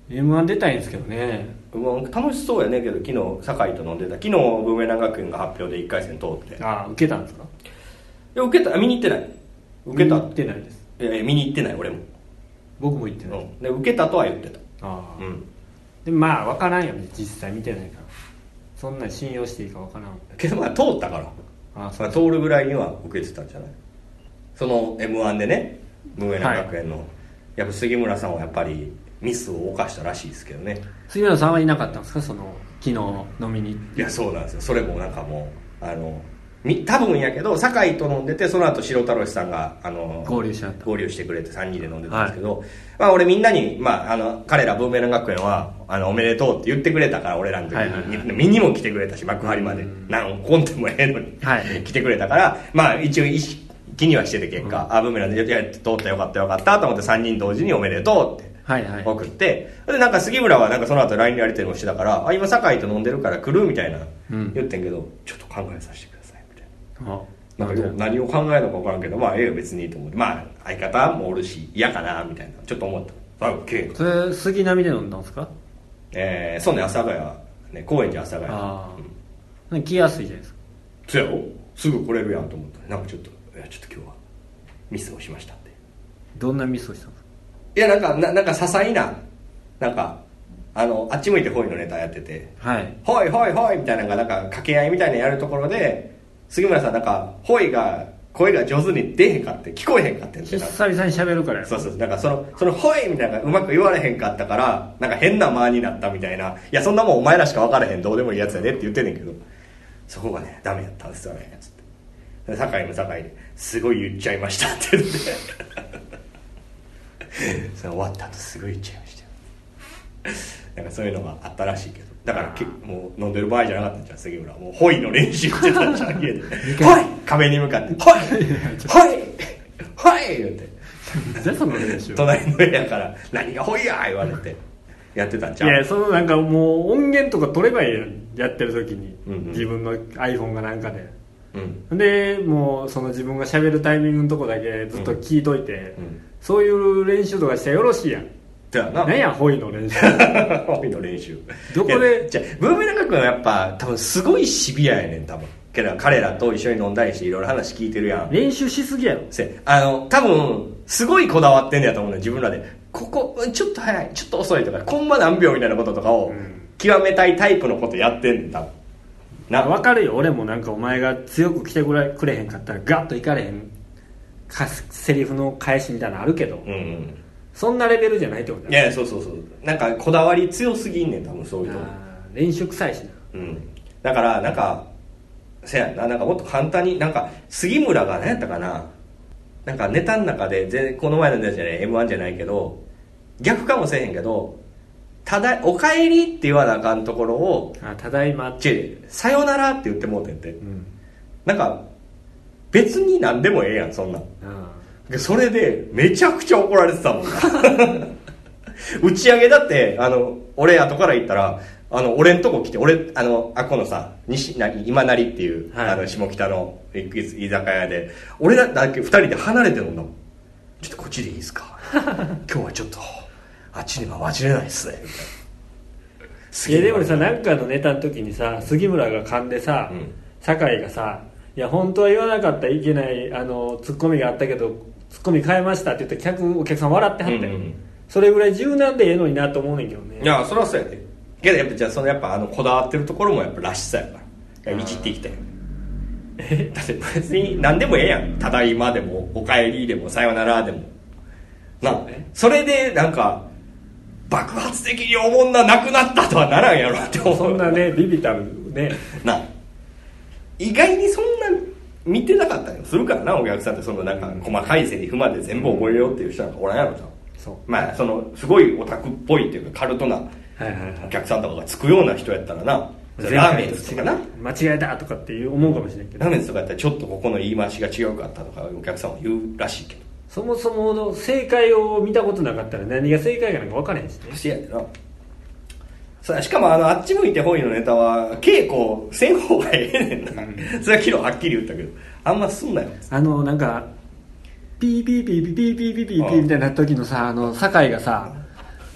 [SPEAKER 1] m 1出たいんですけどね
[SPEAKER 2] らん m 1楽しそうやねんけど昨日酒井と飲んでた昨日文明学園が発表で1回戦通って
[SPEAKER 1] ああ受けたんですか
[SPEAKER 2] いや受けた見に行ってない受けた
[SPEAKER 1] 見に行ってないです
[SPEAKER 2] いやいや見に行ってない俺も、
[SPEAKER 1] 僕も行ってない、
[SPEAKER 2] うん、で受けたとは言ってた
[SPEAKER 1] ああ、
[SPEAKER 2] うん
[SPEAKER 1] でもまあ分からんよね実際見てないからそんなん信用していいか分からん
[SPEAKER 2] けどまあ通ったから
[SPEAKER 1] ああ
[SPEAKER 2] まあ通るぐらいには受けてたんじゃないその m 1でね無名な学園の、やっぱ杉村さんはやっぱりミスを犯したらしいですけどね
[SPEAKER 1] 杉村さんはいなかったんですかその昨日飲みに
[SPEAKER 2] いやそうなんですよそれもなんかもうあのみ多分やけど酒井と飲んでてその後白太郎さんがあの
[SPEAKER 1] 合流しちゃった
[SPEAKER 2] 合流してくれて3人で飲んでたんですけど、まあ、俺みんなに、まあ、あの彼ら文明の学園はあのおめでとうって言ってくれたから俺らの時に、
[SPEAKER 1] はいはいはい
[SPEAKER 2] 見にも来てくれたし幕張まで
[SPEAKER 1] うん
[SPEAKER 2] 何コンテもええのに、
[SPEAKER 1] はい
[SPEAKER 2] 来てくれたからまあ一応意識気にはしてて結果、あ文明のや通ったよかったよかったと思って3人同時におめでとうって
[SPEAKER 1] はいはい
[SPEAKER 2] 送って、でなんか杉村はなんかその後 LINE のやり取りもしてたから「あ今酒井と飲んでるから来る?」みたいな、
[SPEAKER 1] うん
[SPEAKER 2] 言ってんけど「ちょっと考えさせてください」みたい
[SPEAKER 1] あ
[SPEAKER 2] ななんかよ何を考えるのか分からんけどまあええよ別にいいと思ってまあ相方もおるし嫌かなみたいなちょっと思った「あオッケー
[SPEAKER 1] それ杉並で飲んだんですか
[SPEAKER 2] えーそうね阿佐ヶ谷ね高円寺阿佐ヶ谷
[SPEAKER 1] あ
[SPEAKER 2] うん
[SPEAKER 1] あ来やすいじゃないですか
[SPEAKER 2] そやろすぐ来れるやんと思ったなんかちょっと「いやちょっと今日はミスをしました」って
[SPEAKER 1] どんなミスをしたんですか
[SPEAKER 2] いやなんかななんか些細ななんかあのあっち向いてほいのネタやってて
[SPEAKER 1] はい
[SPEAKER 2] 「ほいほいほい」みたいなのがなんか掛け合いみたいなのやるところで杉村さんなんか「ほい」が声が上手に出へんかって聞こえへんかってんて
[SPEAKER 1] 久
[SPEAKER 2] なんか
[SPEAKER 1] 々に喋るからや
[SPEAKER 2] そうそうなんかその「そのほい」みたいなのがうまく言われへんかったからなんか変な間になったみたいな「いやそんなもんお前らしか分からへんどうでもいいやつやで」って言ってんねんけどそこがねダメやったんですよねつってで酒井も酒井ですごい言っちゃいました」って言 ってその終わった後すごい言っちゃいましたよなんかそういうのがあったらしいけどだからけもう飲んでる場合じゃなかったんじゃん杉村はもう「ほい」の練習してたんじゃん家で「ほい」壁に向かって「ほい」「ほい」「ほい」言って。
[SPEAKER 1] じゃその練習
[SPEAKER 2] 隣の部屋から「何がほいや!」言われてやってたんち
[SPEAKER 1] い
[SPEAKER 2] ゃ
[SPEAKER 1] や
[SPEAKER 2] う
[SPEAKER 1] そのなんかもう音源とか取ればいいやんやってる時に、
[SPEAKER 2] うんうん
[SPEAKER 1] 自分の iPhone がなんかで
[SPEAKER 2] うん
[SPEAKER 1] でもうその自分が喋るタイミングのとこだけずっと聞いといて、
[SPEAKER 2] うん
[SPEAKER 1] そういう練習とかしたらよろしいやん
[SPEAKER 2] だよな
[SPEAKER 1] 何 やホイの練習
[SPEAKER 2] ほいの練習
[SPEAKER 1] どこで
[SPEAKER 2] いやじゃあブーメランカ君はやっぱ多分すごいシビアやねん多分けど彼らと一緒に飲んだりしていろいろ話聞いてるやん
[SPEAKER 1] 練習しすぎやろ
[SPEAKER 2] せあの多分すごいこだわってんねやと思うねん自分らでここうんちょっと早いちょっと遅いとかコンマ何秒みたいなこととか
[SPEAKER 1] ん
[SPEAKER 2] を極めたいタイプのことやってんねん多分な
[SPEAKER 1] 分かるよ俺もなんかお前が強く来てくれくれへんかったらガッといかれへんかセリフの返しみたいなのあるけど、
[SPEAKER 2] うんうん
[SPEAKER 1] そんなレベルじゃないってこと
[SPEAKER 2] い
[SPEAKER 1] だよ
[SPEAKER 2] やいやそうそうそうなんかこだわり強すぎんねん多分そういうとこ
[SPEAKER 1] あー練習臭いしな
[SPEAKER 2] うん、だからなんかせやんななんかもっと簡単になんか杉村が何やったかななんかネタの中で全この前のやつじゃない m 1じゃないけど逆かもせえへんけど「ただおかえり」って言わなあかんところを
[SPEAKER 1] あただいま
[SPEAKER 2] 「ちさよなら」って言ってもうてんて
[SPEAKER 1] うん
[SPEAKER 2] なんか別に何でもええやんそんなん
[SPEAKER 1] あ
[SPEAKER 2] でそれでめちゃくちゃ怒られてたもんな 打ち上げだってあの俺後から行ったらあの俺んとこ来て俺あのあこのさ西な今成っていう、
[SPEAKER 1] はい
[SPEAKER 2] あの下北のい居酒屋で俺らだけ2人で離れてるんだもんちょっとこっちでいいで すか今日はちょっとあっちには混じれないっすねみたいな
[SPEAKER 1] いやでもさなんかのネタの時にさ杉村が噛んでさ、
[SPEAKER 2] うん
[SPEAKER 1] 酒井がさ「いや本当は言わなかったらいけないあのツッコミがあったけどツッコミ変えました」って言って客お客さん笑ってはったよ、
[SPEAKER 2] うんうん
[SPEAKER 1] それぐらい柔軟でええのになと思うねんけどね
[SPEAKER 2] いやそれはそうやでけどやっぱじゃあそのやっぱあのこだわってるところもやっぱらしさやからいやいじっていきたいよえだって別に何でもええやん「ただいま」でも「おかえり」でも「さよなら」でもな
[SPEAKER 1] そうね
[SPEAKER 2] それでなんか爆発的におもんななくなったとはならんやろって思う
[SPEAKER 1] そんなねビビたるね
[SPEAKER 2] な意外にそんな見てなかったりもするからなお客さんってそのなんか細かいセリフまで全部覚えようっていう人なんかおらんやろじゃん
[SPEAKER 1] そう
[SPEAKER 2] まあそのすごいオタクっぽいっていうかカルトな
[SPEAKER 1] はいはいは
[SPEAKER 2] お
[SPEAKER 1] い
[SPEAKER 2] 客さんとかがつくような人やったらなラーメンズとかな
[SPEAKER 1] 間違えたとかっていう思うかもしれないけ
[SPEAKER 2] ラー
[SPEAKER 1] ど
[SPEAKER 2] メンズとかやったらちょっとここの言い回しが違うかったとかお客さんは言うらしいけど
[SPEAKER 1] そもそもの正解を見たことなかったら何が正解かなんか分からへんしね
[SPEAKER 2] せやでなさあしかもあのあっち向いてほいのネタは稽古せん方がええねんな、それは昨日はっきり言ったけどあんますんなよ
[SPEAKER 1] あのなんかピーピーピーピーピーピーピーピーピーみたいな時のさあの酒井がさ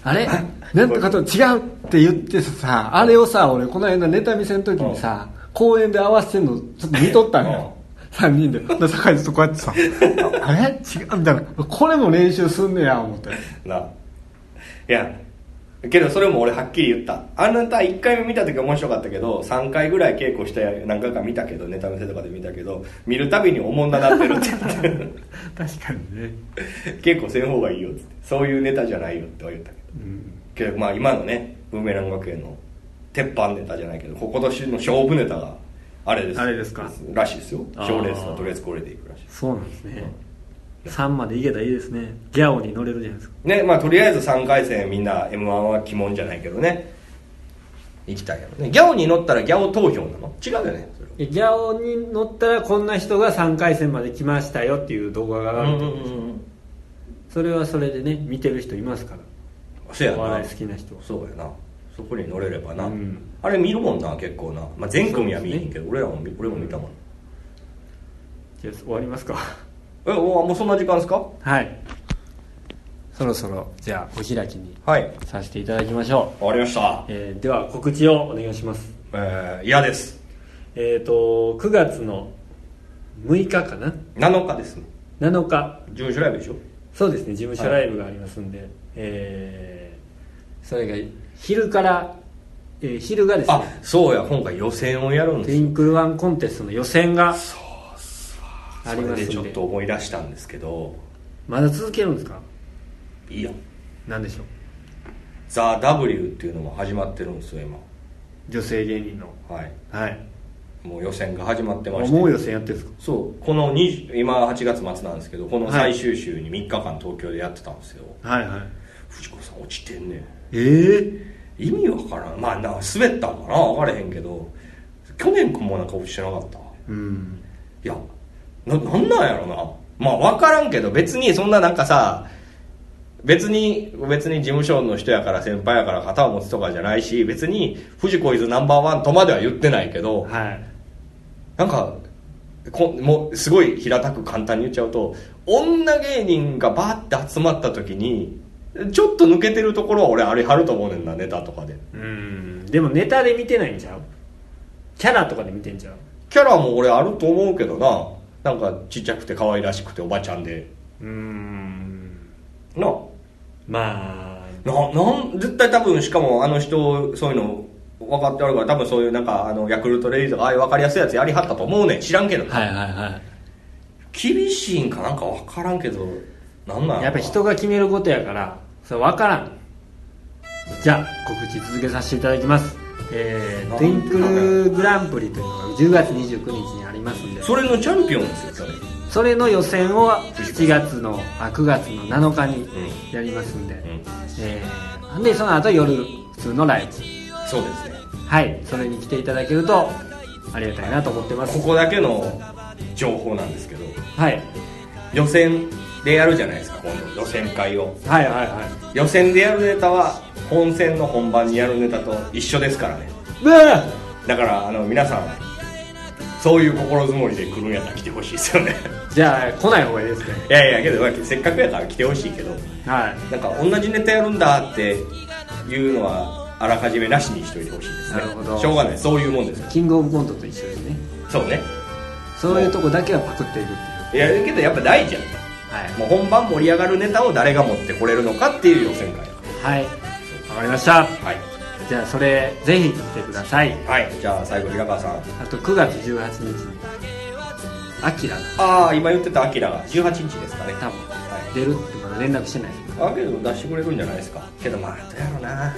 [SPEAKER 1] あれなんとかと違うって言ってさあれをさ俺この間ネタ見せの時にさ公園で合わせてんのちょっと見とったのよ3人でで酒井ずっとこうや ってさあれ違うみたいなこれも練習すんねや思って
[SPEAKER 2] ないやけどそれも俺はっきり言ったあなた1回目見た時は面白かったけど3回ぐらい稽古して何回か見たけどネタ見せとかで見たけど見るたびにおもんななってるって言っ
[SPEAKER 1] 確かにね
[SPEAKER 2] て稽古せん方がいいよっつってそういうネタじゃないよって言ったけど
[SPEAKER 1] うん
[SPEAKER 2] けどまあ今のねブーメラン学園の鉄板ネタじゃないけど今年の勝負ネタがあれです
[SPEAKER 1] あれですから
[SPEAKER 2] しいですよ
[SPEAKER 1] あー
[SPEAKER 2] 賞レースはとりあえずこれでいくらしい
[SPEAKER 1] そうなんですね3までいけたらいいですねギャオに乗れるじゃないですか
[SPEAKER 2] ねまあとりあえず3回戦みんな m 1は鬼門じゃないけどね行きたいやろねギャオに乗ったらギャオ投票なの違うよねそれ
[SPEAKER 1] ギャオに乗ったらこんな人が3回戦まで来ましたよっていう動画が上がると思うんですよそれはそれでね見てる人いますか
[SPEAKER 2] そや
[SPEAKER 1] お
[SPEAKER 2] な
[SPEAKER 1] 笑い好きな人
[SPEAKER 2] そうやなそこに乗れればな、
[SPEAKER 1] うん
[SPEAKER 2] あれ見るもんな結構な、まあ、全組は見えへんけど、俺らも見俺も見たもん、
[SPEAKER 1] じゃあ終わりますか
[SPEAKER 2] えおもうそんな時間ですか
[SPEAKER 1] はいそろそろじゃあお開きに
[SPEAKER 2] はい終
[SPEAKER 1] させていただきましょう、
[SPEAKER 2] わりました
[SPEAKER 1] えーでは告知をお願いします
[SPEAKER 2] えー、嫌です
[SPEAKER 1] えっ、と9月の6日かな
[SPEAKER 2] 7日ですね
[SPEAKER 1] 7日
[SPEAKER 2] 準所ライブでしょ
[SPEAKER 1] そうですね事務所ライブがありますんで、えーそれが昼から、えー昼がです
[SPEAKER 2] あ
[SPEAKER 1] ね
[SPEAKER 2] そうや今回予選をやるん
[SPEAKER 1] ト
[SPEAKER 2] です
[SPEAKER 1] ゥインクルワンコンテストの予選があり
[SPEAKER 2] それ
[SPEAKER 1] ます
[SPEAKER 2] でちょ
[SPEAKER 1] ん
[SPEAKER 2] っ
[SPEAKER 1] で
[SPEAKER 2] と思い出したんですけど
[SPEAKER 1] まだ続けるんですか
[SPEAKER 2] いいや
[SPEAKER 1] 何でしょう
[SPEAKER 2] ザ・ W っていうのも始まってるんですよ今
[SPEAKER 1] 女性芸人の
[SPEAKER 2] はい
[SPEAKER 1] はい
[SPEAKER 2] もう予選が始まってまして
[SPEAKER 1] 思う予選やってるんですか
[SPEAKER 2] そうこの20今8月末なんですけどこの最終週に3日間東京でやってたんですよ、
[SPEAKER 1] はいはい
[SPEAKER 2] 藤子さん落ちてんね
[SPEAKER 1] え
[SPEAKER 2] 意味わからんまあな滑ったんかな分からへんけど去年くんもなんか落ちてなかった
[SPEAKER 1] えうん
[SPEAKER 2] いやななんなんやろなまあ分からんけど別にそんななんかさ別に別に事務所の人やから先輩やから肩を持つとかじゃないし別に藤子イズナンバーワンとまでは言ってないけど、
[SPEAKER 1] はい
[SPEAKER 2] なんかこもうすごい平たく簡単に言っちゃうと女芸人がバーって集まった時にちょっと抜けてるところは俺あれ張ると思うねんなネタとかで
[SPEAKER 1] うんでもネタで見てないんちゃうキャラとかで見てんちゃう
[SPEAKER 2] キャラも俺あると思うけどななんかちっちゃくて可愛らしくておばちゃんで
[SPEAKER 1] うん
[SPEAKER 2] な
[SPEAKER 1] まあ
[SPEAKER 2] ななん絶対多分しかもあの人そういうの分かってあるから多分そういうなんかあのヤクルトレディーとかああいう分かりやすいやつやりはったと思うねん知らんけど
[SPEAKER 1] はいはいは
[SPEAKER 2] 厳しいんかなんか分からんけどなんなん
[SPEAKER 1] やっぱ人が決めることやからそれ分からんじゃあ告知続けさせていただきますえー、トゥインクルグランプリというのが10月29日にありますんで
[SPEAKER 2] それのチャンピオンですよそれ
[SPEAKER 1] それの予選を7月のあ9月の7日にやりますんで、
[SPEAKER 2] うん
[SPEAKER 1] えーでその後夜普通のライ
[SPEAKER 2] そうですね
[SPEAKER 1] ブはいそれに来ていただけるとありがたいなと思ってます
[SPEAKER 2] ここだけの情報なんですけど
[SPEAKER 1] はい
[SPEAKER 2] 予選でやるじゃないですか今度予選会を
[SPEAKER 1] はいはいは
[SPEAKER 2] 予選でやるネタは本戦の本番にやるネタと一緒ですからね
[SPEAKER 1] いうわ
[SPEAKER 2] だからあの皆さんそういう心づもりで来るんやったら来てほしいですよね
[SPEAKER 1] ーじゃあ来ない方がいいですね
[SPEAKER 2] いやいやけどまあせっかくやから来てほしいけど
[SPEAKER 1] はい
[SPEAKER 2] なんか同じネタやるんだっていうのはあらかじめなしにしといてほしいですね
[SPEAKER 1] なるほど
[SPEAKER 2] しょうがないそういうもんですよ
[SPEAKER 1] キングオブコントと一緒ですね
[SPEAKER 2] そうね
[SPEAKER 1] そういうとこだけはパクっていくっていう
[SPEAKER 2] いやけどやっぱ大事やん
[SPEAKER 1] は
[SPEAKER 2] もう本番盛り上がるネタを誰が持ってこれるのかっていう予選会だか
[SPEAKER 1] いはいわかりました
[SPEAKER 2] らはい
[SPEAKER 1] じゃあそれぜひ来てください
[SPEAKER 2] はい、じゃあ最後平川さん
[SPEAKER 1] あと9月18日にアキラが
[SPEAKER 2] ああ今言ってたアキラが18日ですかね
[SPEAKER 1] 多分
[SPEAKER 2] は
[SPEAKER 1] 出るってまだ連絡してない
[SPEAKER 2] いあけど出してくれるんじゃないですかけどまあどうやろうな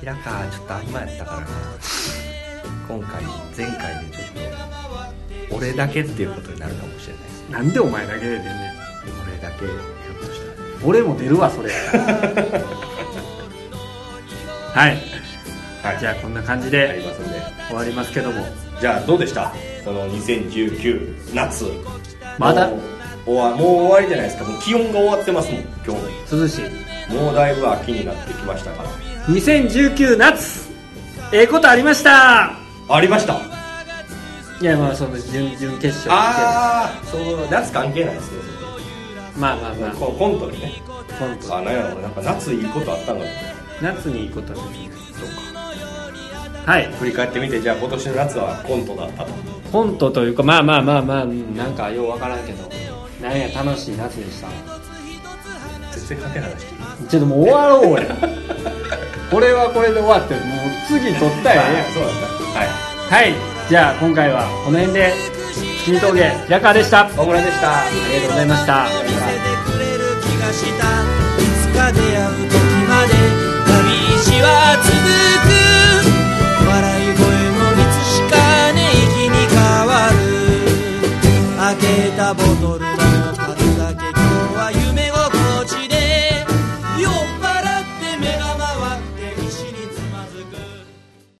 [SPEAKER 2] 平川ちょっとあんまやったからな今回前回でちょっと俺だけっていうことになるかもしれないです
[SPEAKER 1] なんでお前だけで出んねん
[SPEAKER 2] 俺だけひょっとしたら
[SPEAKER 1] 俺も出るわ それはい
[SPEAKER 2] はい
[SPEAKER 1] じゃあこんな感じ
[SPEAKER 2] あり
[SPEAKER 1] で
[SPEAKER 2] ますんで
[SPEAKER 1] 終わりますけども
[SPEAKER 2] じゃあどうでしたこの2019夏
[SPEAKER 1] まだ
[SPEAKER 2] もう終わもう終わりじゃないですかもう気温が終わってますもん今
[SPEAKER 1] 涼しい
[SPEAKER 2] 日もうだいぶ秋になってきましたから
[SPEAKER 1] 2019夏ええことありました
[SPEAKER 2] ありました
[SPEAKER 1] いやまあその準々決勝
[SPEAKER 2] ああそう夏関係ないですね
[SPEAKER 1] まあまあ
[SPEAKER 2] そ
[SPEAKER 1] ま
[SPEAKER 2] れ
[SPEAKER 1] あ
[SPEAKER 2] このコントにね
[SPEAKER 1] コント
[SPEAKER 2] あなんやろうなんか夏いいことあったのか
[SPEAKER 1] 夏にいいことは別に
[SPEAKER 2] そうか
[SPEAKER 1] はい
[SPEAKER 2] 振り返ってみてじゃあ今年の夏はコントだったと
[SPEAKER 1] コントというかまあまあまあまあうんなんかようわからんけどなんや楽しい夏でした
[SPEAKER 2] 全然関係ない話聞いて
[SPEAKER 1] ちょっともう終わろう やこれはこれで終わってもう次撮ったらええやん
[SPEAKER 2] そうなんだは
[SPEAKER 1] はいじゃあ今回はこの辺で君峠平川でしたあ
[SPEAKER 2] い大村でした
[SPEAKER 1] りがとうございました
[SPEAKER 3] 見せてくれる気がしたいつか出会う